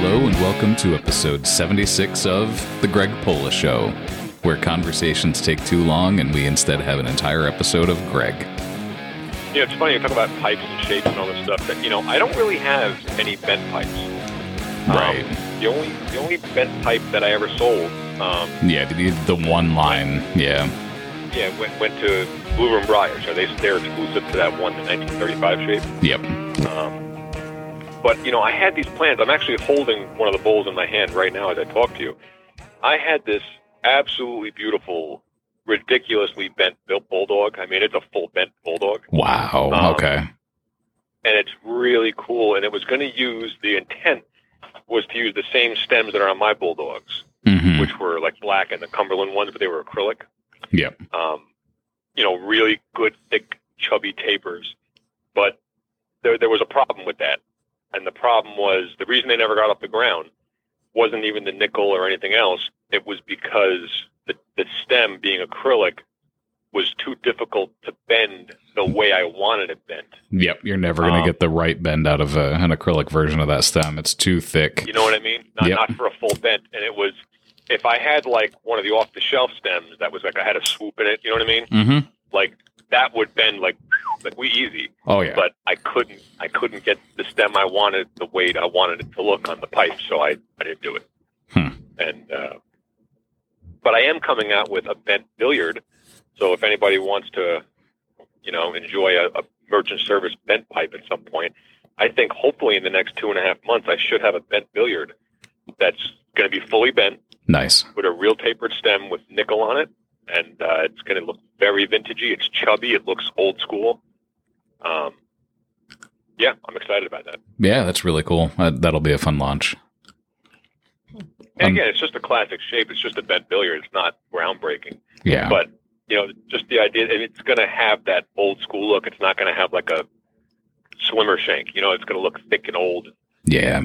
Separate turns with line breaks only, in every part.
welcome to episode 76 of The Greg Pola Show, where conversations take too long and we instead have an entire episode of Greg.
You know, it's funny, you talk about pipes and shapes and all this stuff, that, you know, I don't really have any bent pipes. Um,
Right.
the only the only bent pipe that I ever sold, um,
Yeah, the- the one line. Yeah.
yeah, went, went to Blue Room Briar. So they, they're exclusive to that one, the 1935 shape.
Yep.
Um, but you know, I had these plans. I'm actually holding one of the bowls in my hand right now as I talk to you. I had this absolutely beautiful, ridiculously bent built bulldog. I mean, it's a full bent bulldog,
Wow.
Um,
Okay.
and it's really cool. And it was going to use the intent was to use the same stems that are on my bulldogs,
hmm
which were like black and the Cumberland ones, but they were acrylic.
Yep.
Um, you know, really good, thick, chubby tapers. But there, there was a problem with that. And the problem was the reason they never got off the ground wasn't even the nickel or anything else. It was because the, the stem being acrylic was too difficult to bend the way I wanted it bent.
Yep. You're never going to
um,
get the right bend out of a, an acrylic version of that stem. It's too thick.
You know what I mean? Not,
Yep.
not for a full bent. And it was, if I had like one of the off the shelf stems that was like I had a swoop in it, you know what I mean?
Mm-hmm.
Like that would bend like, like we easy.
Oh, yeah.
but I couldn't I couldn't get the stem I wanted the weight I wanted it to look on the pipe, so I, I didn't do it.
Hmm.
And uh, but I am coming out with a bent billiard, so if anybody wants to, you know, enjoy a, a merchant service bent pipe at some point, I think hopefully in the next two and a half months I should have a bent billiard that's going to be fully bent
nice.
with a real tapered stem with nickel on it, and uh, it's going to look very vintagey. It's chubby. It looks old school. Um, yeah, I'm excited about that.
Yeah, that's really cool. Uh, that'll be a fun launch.
And
Um,
again, it's just a classic shape. It's just a bent billiard. It's not groundbreaking,
Yeah.
but you know, just the idea. And it's going to have that old school look. It's not going to have like a slimmer shank. You know, it's going to look thick and old.
yeah.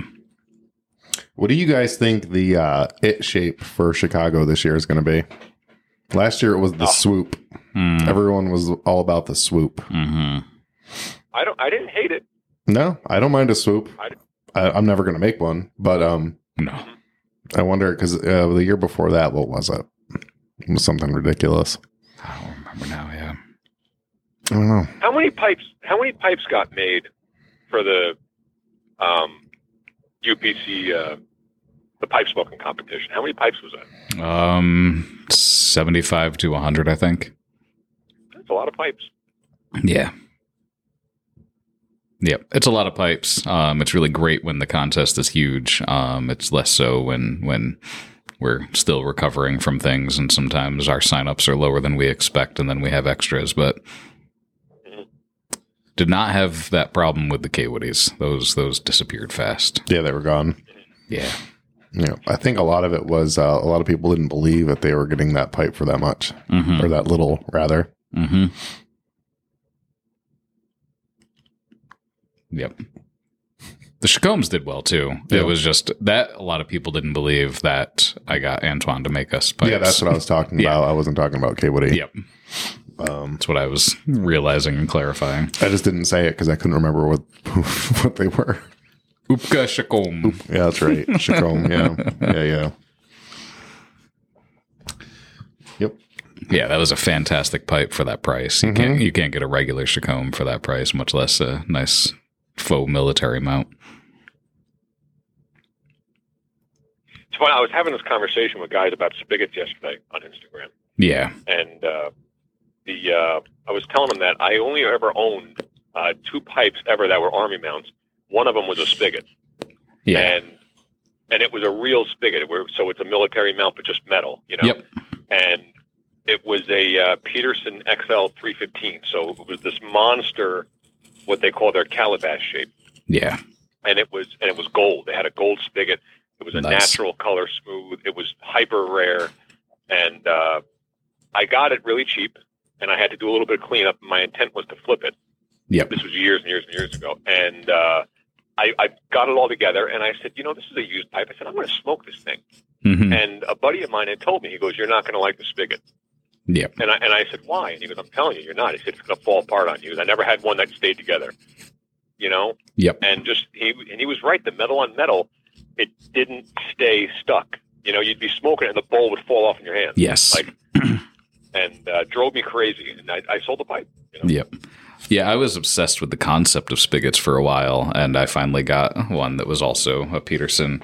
What do you guys think the uh, it shape for Chicago this year is going to be? Last year it was the
Oh. Mm.
swoop. Everyone was all about the swoop.
Mm-hmm.
I don't. I didn't hate it.
No, I don't mind a swoop.
I-
I, I'm never going to make one, but um,
No.
I wonder because uh, the year before that, what was it? It was something ridiculous.
I don't remember now. Yeah.
I don't know.
How many pipes? How many pipes got made for the um, UPC uh, the pipe smoking competition? How many pipes was that?
Um, 75 to 100, I think.
That's a lot of pipes.
Yeah. Yep. It's a lot of pipes. Um, it's really great when the contest is huge. Um, it's less so when, when we're still recovering from things and sometimes our signups are lower than we expect and then we have extras, but did not have that problem with the K Woodies. Those, those disappeared fast.
Yeah, they were gone.
Yeah.
Yeah, I think a lot of it was uh, a lot of people didn't believe that they were getting that pipe for that much
Mm-hmm.
or that little rather.
Mm-hmm. Yep. The Chacombs did well too.
Yeah.
It was just that a lot of people didn't believe that I got Antoine to make us pipes.
Yeah, that's what I was talking
Yeah.
about. I wasn't talking about K Woody.
Yep.
Um,
That's what I was realizing and clarifying.
I just didn't say it because I couldn't remember what what they were.
Upka Chacomb.
Yeah, that's right. Chacombe. Yeah, yeah, yeah. Yep.
Yeah, that was a fantastic pipe for that price. You
Mm-hmm.
can't you can't get a regular Chacomb for that price, much less a nice faux military mount.
It's funny. I was having this conversation with guys about spigots yesterday on Instagram,
Yeah.
and uh, the uh, I was telling them that I only ever owned uh, two pipes ever that were army mounts. One of them was a spigot,
Yeah.
and and it was a real spigot. Where, so it's a military mount, but just metal. You know.
Yep.
and it was a uh, Peterson XL 315. So it was this monster, what they call their calabash shape,
Yeah.
and it was and it was gold. They had a gold spigot. It was a
Nice.
natural color, smooth. It was hyper rare, and uh, I got it really cheap. And I had to do a little bit of cleanup. My intent was to flip it.
Yep.
This was years and years and years ago, and uh, I, I got it all together. And I said, you know, this is a used pipe. I said, I'm going to smoke this thing.
hmm
And a buddy of mine had told me, he goes, you're not going to like the spigot.
Yep.
And I, and I said, why? And he goes, I'm telling you, you're not. He said, it's going to fall apart on you. I never had one that stayed together, you know?
Yep.
And just, he, and he was right. The metal on metal it didn't stay stuck. You know, you'd be smoking it and the bowl would fall off in your hand,
Yes.
Like- and uh, drove me crazy. And I, I sold the pipe. You know?
Yep. Yeah, I was obsessed with the concept of spigots for a while, and I finally got one that was also a Peterson.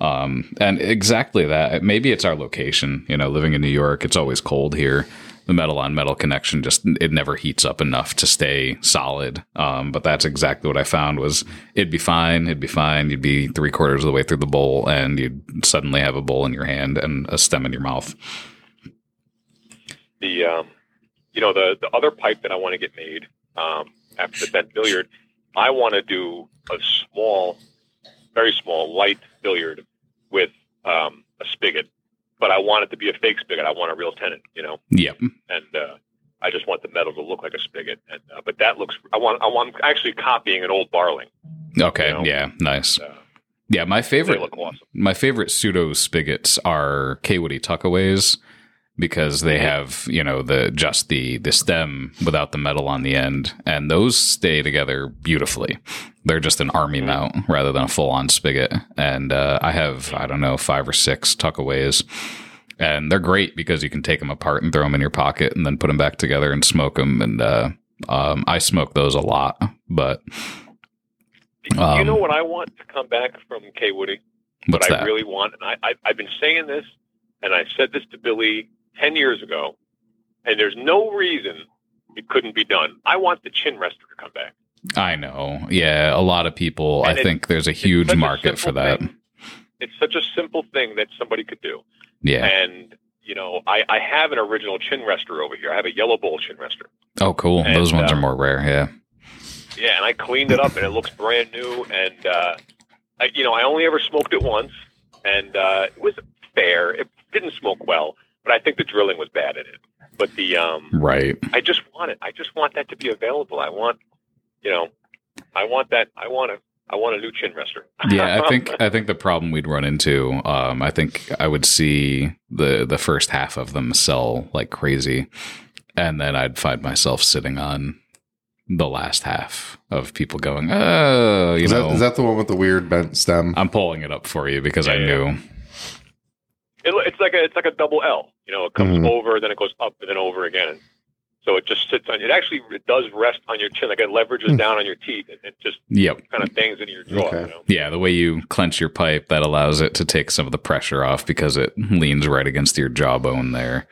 Um, and exactly that. Maybe it's our location. You know, living in New York, it's always cold here. The metal on metal connection just it never heats up enough to stay solid. Um, but that's exactly what I found was it'd be fine, it'd be fine. You'd be three quarters of the way through the bowl, and you'd suddenly have a bowl in your hand and a stem in your mouth.
the um, you know the the other pipe that I want to get made um, after the bent billiard, I want to do a small, very small light billiard with um, a spigot, but I want it to be a fake spigot. I want a real tenon, you know,
Yep.
and uh, I just want the metal to look like a spigot. And uh, but that looks I want I want I'm actually copying an old Barling.
Okay.
You know?
Yeah. Nice.
Uh,
Yeah. My
they
favorite
look awesome.
my favorite pseudo spigots are Kaywoody tuckaways because they have you know the just the the stem without the metal on the end and those stay together beautifully they're just an army
Mhm.
mount rather than a full-on spigot and uh, i have i don't know five or six tuckaways and they're great because you can take them apart and throw them in your pocket and then put them back together and smoke them and uh, um, i smoke those a lot but
you
Um,
know what I want to come back from K Woody?
what's
what
that
I really want, and I, I, I've been saying this, and I said this to Billy 10 years ago, and there's no reason it couldn't be done. I want the chin rester to come back.
I know. Yeah, a lot of people.
And
I
it's-
think there's a huge
such a
market for
simple
that.
thing. It's such a simple thing that somebody could do.
Yeah.
And, you know, I, I have an original chin rester over here. I have a yellow bowl chin rester.
Oh, cool.
and,
Those ones
uh,
are more rare. Yeah.
Yeah, and I cleaned it up, and it looks brand new. And, uh, I, you know, I only ever smoked it once, and uh, it was fair. It didn't smoke well, but I think the drilling was bad in it. But the, um,
Right.
I just want it. I just want that to be available. I want, you know, I want that. I want a, I want a new chin rester.
Yeah. I think I think the problem we'd run into. Um, I think I would see the the first half of them sell like crazy, and then I'd find myself sitting on the last half of people going, "Oh, you
Is
know." Uh,
that, is that the one with the weird bent stem?
I'm pulling it up for you because I
Yeah, yeah.
knew.
it, lo- it's like a, it's like a double L. You know, it comes
Mm-hmm.
Mhm.
over, then it goes up, and then over again. So it just sits on. It actually it does rest on your chin. Like it leverages
Hmm.
down on your teeth, and it just
Yep.
kind of bangs into your jaw.
Okay.
You know?
Yeah, the way you clench your pipe that allows it to take some of the pressure off because it leans right against your jawbone there,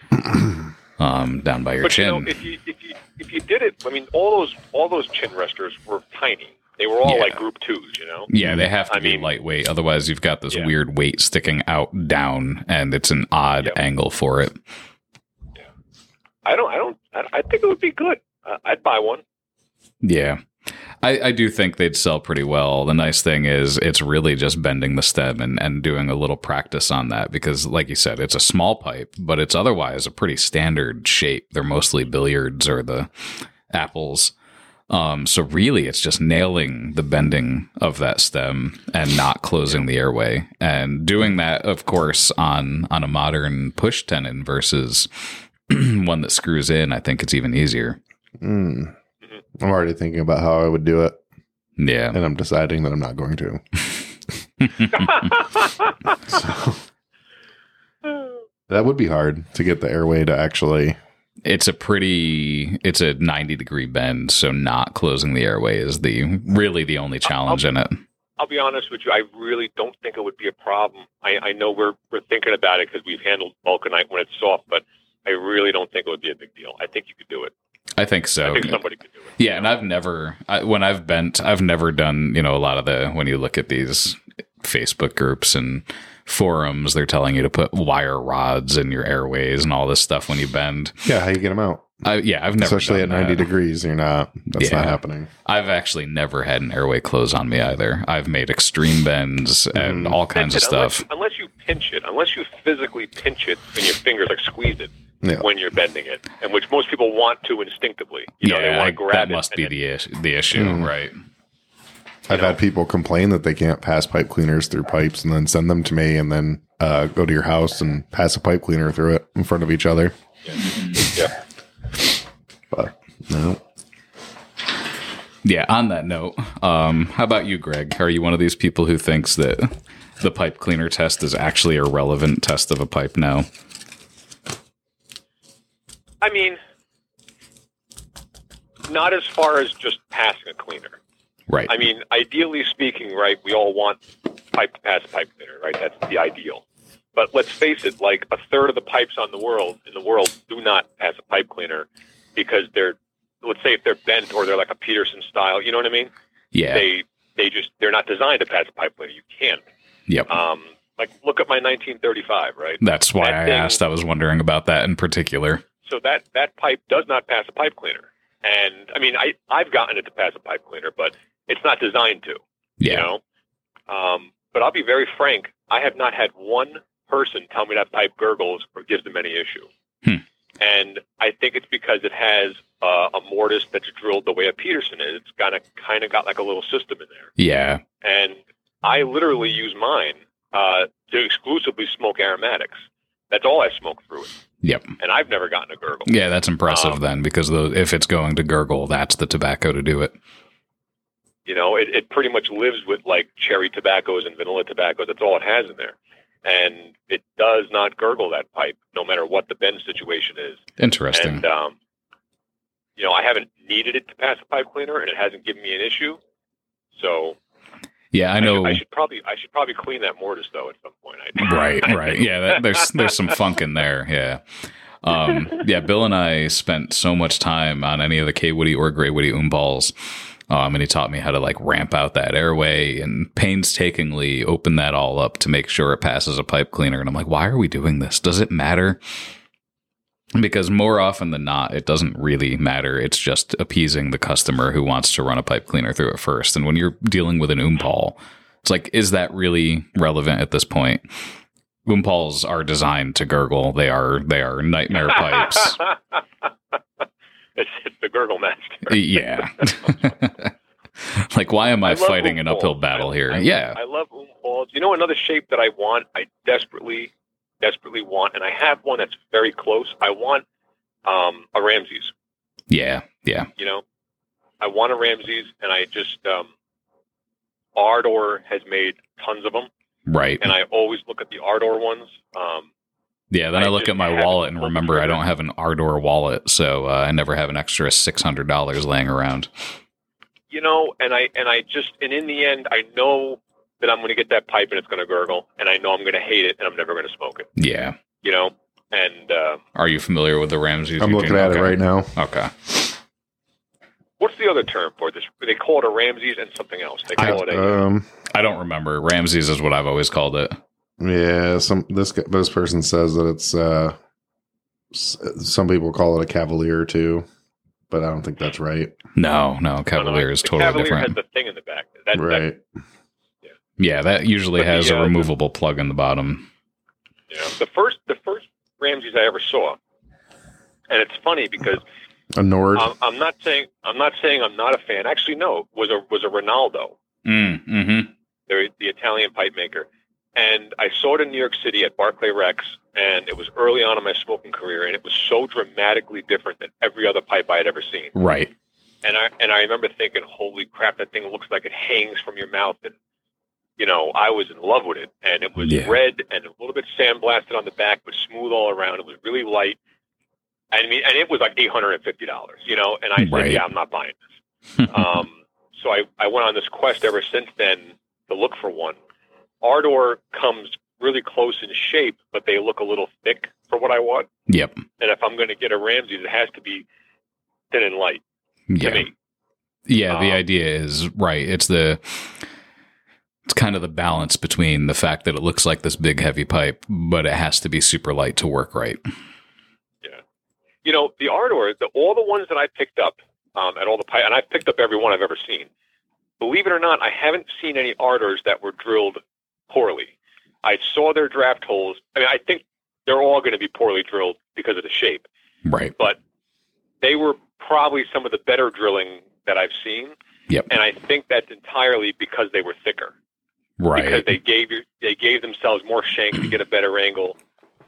um, down by your
But you
chin.
know, if you if you if you did it, I mean, all those all those chin resters were tiny. They were all
Yeah.
like group twos. You know.
yeah, they have to
I
be
mean-
lightweight, otherwise you've got this
Yeah.
weird weight sticking out down, and it's an odd
Yep.
angle for it.
I don't. I don't. I, I think it would be good. I, I'd buy one.
Yeah. I, I do think they'd sell pretty well. The nice thing is it's really just bending the stem and, and doing a little practice on that because like you said, it's a small pipe, but it's otherwise a pretty standard shape. They're mostly billiards or the apples. Um, so really it's just nailing the bending of that stem and not closing the airway. And doing that, of course, on on a modern push tenon versus one that screws in, I think it's even easier.
Mm. I'm already thinking about how I would do it,
Yeah.
and I'm deciding that I'm not going to. So that would be hard to get the airway to actually.
it's a pretty it's a 90 degree bend so not closing the airway is the really the only challenge in it
I'll be honest with you. I really don't think it would be a problem. I, I know we're we're thinking about it because we've handled vulcanite when it's soft, but I really don't think it would be a big deal. I think you could do it.
i think
I
so
think somebody could do it.
yeah and i've never I, when i've bent i've never done you know a lot of the when you look at these facebook groups and forums they're telling you to put wire rods in your airways and all this stuff when you bend
Yeah, how you get them out,
I, yeah i've never
especially at
done
90
that.
degrees. You're not. That's
Yeah.
not happening.
i've actually never had an airway close on me either i've made extreme bends and
Mm-hmm.
all kinds of
That's it. Unless-
stuff
Unless, you pinch it, unless you physically pinch it in your fingers, like squeeze it
Yeah.
when you're bending it, and which most people want to instinctively. You know, they
yeah,
want to grab
that
it
must
and
be
then-
the issue, the issue,
Mm.
right?
I've
know.
had people complain that they can't pass pipe cleaners through pipes, and then send them to me, and then uh, go to your house and pass a pipe cleaner through it in front of each other.
yeah.
But no,
Yeah. On that note, um, how about you, Greg? Are you one of these people who thinks that the pipe cleaner test is actually a relevant test of a pipe now?
I mean, not as far as just passing a cleaner.
Right.
I mean, ideally speaking, right, we all want pipe to pass pipe cleaner, right? That's the ideal. But let's face it, like a third of the pipes on the world in the world do not pass a pipe cleaner because they're let's say if they're bent or they're like a Peterson style, you know what I mean?
yeah.
They they just they're not designed to pass a pipe cleaner. You can't.
yep.
Um like look at my nineteen thirty five, right?
That's why
that
I
thing-
asked. I was wondering about that in particular.
So that that pipe does not pass a pipe cleaner. And I mean I, I've gotten it to pass a pipe cleaner, but it's not designed to.
Yeah.
You know? Um, but I'll be very frank. I have not had one person tell me that pipe gurgles or gives them any issue.
Hmm.
And I think it's because it has uh, a mortise that's drilled the way a Peterson is. It's got a kind of got like a little system in there.
Yeah.
And I literally use mine uh, to exclusively smoke aromatics. That's all I smoke through it.
Yep.
And I've never gotten a gurgle.
Yeah. That's impressive
Um,
then, because tho- if it's going to gurgle, that's the tobacco to do it.
You know, it, it pretty much lives with like cherry tobaccos and vanilla tobaccos. That's all it has in there. And it does not gurgle that pipe, no matter what the bend situation is.
Interesting.
And, um, you know, I haven't needed it to pass a pipe cleaner and it hasn't given me an issue. So
yeah. I know.
I, should probably, I should probably clean that mortise though at some point. I,
right right yeah that, there's there's some funk in there yeah um yeah bill and i spent so much time on any of the k woody or gray woody oom balls um, and he taught me how to like ramp out that airway and painstakingly open that all up to make sure it passes a pipe cleaner and i'm like why are we doing this does it matter because more often than not it doesn't really matter it's just appeasing the customer who wants to run a pipe cleaner through it first and when you're dealing with an oom ball it's like is that really relevant at this point Wimpals are designed to gurgle. They are they are nightmare pipes.
it's, it's the gurgle master.
yeah. like why am I,
I love
fighting an
Oom
uphill
balls.
battle
I-
here?
I-
yeah.
I love oom balls. You know, another shape that I want, I desperately, desperately want, and I have one that's very close. I want um, a Ramses.
yeah. Yeah.
you know, I want a Ramses, and I just um, Ardor has made tons of them,
Right.
and I always look at the Ardor ones. Um,
yeah, then I,
I
look
just
at my
haven't
wallet and
pulled the
remember I
trigger.
don't have an Ardor wallet, so uh, I never have an extra $600 laying around.
you know, and I and I just and in the end, I know that I'm going to get that pipe and it's going to gurgle, and I know I'm going to hate it, and I'm never going to smoke it,
Yeah.
you know. And uh,
Are you familiar with the Ramses?
I'm looking at it right now.
now. Okay.
what's the other term for this? They call it a Ramses and something else. They call it a
Uh,
Um,
I don't remember. Ramses is what I've always called it.
yeah, some this guy- this person says that it's uh, s- some people call it a cavalier too, but I don't think that's right.
No, no,
I don't know,
Cavalier is
the
totally
Cavalier
different.
has the thing in the back. That, that-
right.
yeah, that usually
But the,
has a
uh,
removable plug in the bottom.
you know, the first the first Ramses I ever saw, and it's funny because.
a Nord.
I'm, I'm not saying I'm not saying I'm not a fan. Actually, no, was a was a Ronaldo,
Mm, hmm
mm-hmm. the, the Italian pipe maker, and I saw it in New York City at Barclay Rex, and it was early on in my smoking career, and it was so dramatically different than every other pipe I had ever seen.
Right.
And I and I remember thinking, "Holy crap, that thing looks like it hangs from your mouth." And you know, I was in love with it, and it was
Yeah.
red and a little bit sandblasted on the back, but smooth all around. It was really light. I mean, and it was like eight hundred and fifty dollars, you know. And I said,
Right.
"Yeah, I'm not buying this." um, so I I went on this quest ever since then to look for one. Ardor comes really close in shape, but they look a little thick for what I want.
Yep.
And if I'm going to get a Ramses, it has to be thin and light to
Yeah.
me.
Yeah, the
Um,
idea is right. It's the it's kind of the balance between the fact that it looks like this big heavy pipe, but it has to be super light to work right.
you know, the Ardor, the, all the ones that I picked up um, at all the pi- and I've picked up every one I've ever seen. Believe it or not, I haven't seen any Ardors that were drilled poorly. I saw their draft holes. I mean, I think they're all going to be poorly drilled because of the shape,
Right.
but they were probably some of the better drilling that I've seen.
Yep.
And I think that's entirely because they were thicker because
Right.
they gave your, they gave themselves more shank to get a better angle.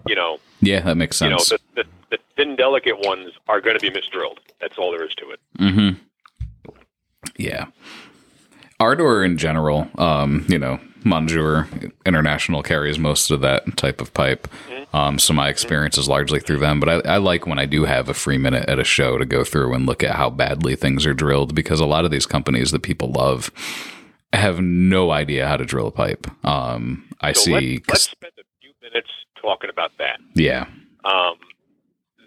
You know,
yeah, that makes
you know,
sense.
the, the, the thin, delicate ones are going to be misdrilled. That's all there is to it.
mm-hmm. Yeah. Ardor in general, um, you know, Monjour International carries most of that type of pipe. Um, so my experience is largely through them. But I, I like when I do have a free minute at a show to go through and look at how badly things are drilled because a lot of these companies that people love have no idea how to drill a pipe. Um, I
So
see.
Let's, let's spend a few minutes talking about that.
yeah.
Um,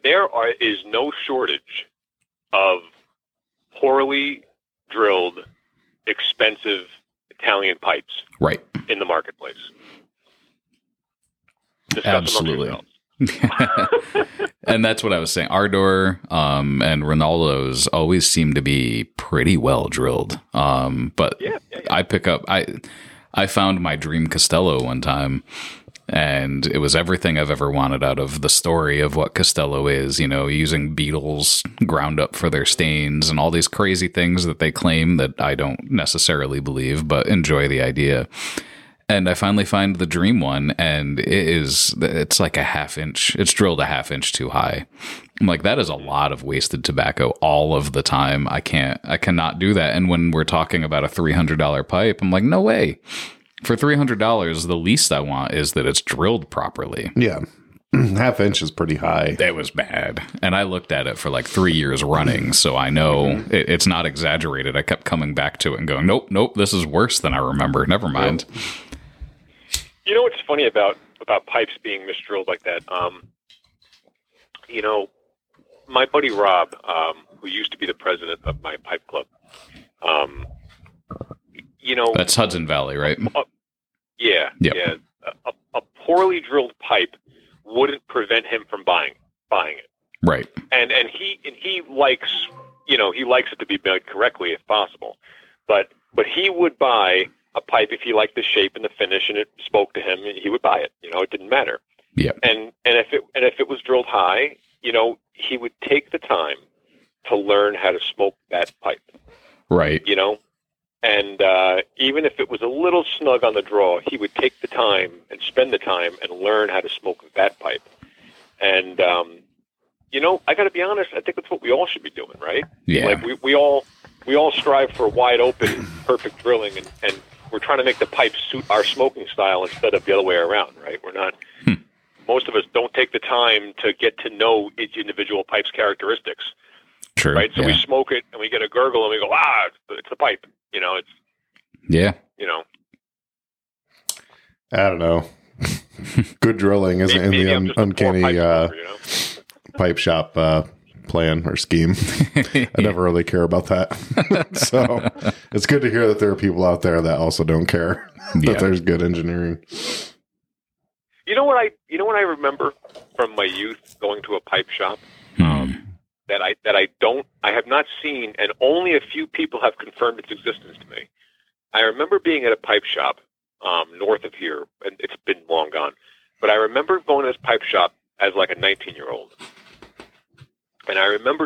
there are is no shortage of poorly drilled, expensive Italian pipes
Right.
in the marketplace. Discuss amongst
Absolutely.
yourselves.
and that's what I was saying. Ardor um, and Ronaldo's always seem to be pretty well drilled. Um, but
Yeah, yeah, yeah.
I pick up I I found my dream Costello one time and it was everything I've ever wanted out of the story of what Costello is, you know, using beetles ground up for their stains and all these crazy things that they claim that I don't necessarily believe, but enjoy the idea. And I finally find the dream one and it is it's like a half inch. It's drilled a half inch too high. I'm like, that is a lot of wasted tobacco all of the time. I can't, I cannot do that. And when we're talking about a $300 pipe, I'm like, no way. For $300, the least I want is that it's drilled properly.
Yeah. Half inch is pretty high.
That was bad. And I looked at it for like three years running. So I know it, it's not exaggerated. I kept coming back to it and going, nope, nope, this is worse than I remember. Never mind.
You know what's funny about about pipes being misdrilled like that? Um, you know, my buddy Rob, um, who used to be the president of my pipe club, um, you know,
That's Hudson Valley, right?
yeah,
Yep.
yeah, a, a poorly drilled pipe wouldn't prevent him from buying buying it.
Right.
and and he and he likes you know he likes it to be made correctly if possible but but he would buy a pipe if he liked the shape and the finish and it spoke to him he would buy it you know it didn't matter
Yep.
and and if it and if it was drilled high you know he would take the time to learn how to smoke that pipe
Right.
you know and uh, even if it was a little snug on the draw he would take the time and spend the time and learn how to smoke that pipe and um, you know i got to be honest i think that's what we all should be doing right
Yeah.
like we, we all we all strive for wide open perfect drilling and, and we're trying to make the pipe suit our smoking style instead of the other way around right we're not most of us don't take the time to get to know each individual pipe's characteristics
True.
right? So
yeah.
we smoke it and we get a gurgle and we go, ah, it's the, it's the pipe. You know, it's
yeah.
you know,
I don't know. Good drilling isn't in
maybe
the
I'm
un-
just a poor pipe
uncanny uh,
smoker, you know?
pipe shop uh, plan or scheme. I never really care about that. so it's good to hear that there are people out there that also don't care that
yeah.
there's good engineering.
You know what I? You know what I remember from my youth going to a pipe shop
Um,
that I that I don't I have not seen and only a few people have confirmed its existence to me. I remember being at a pipe shop um, north of here, and it's been long gone. But I remember going to this pipe shop as like a 19 year old, and I remember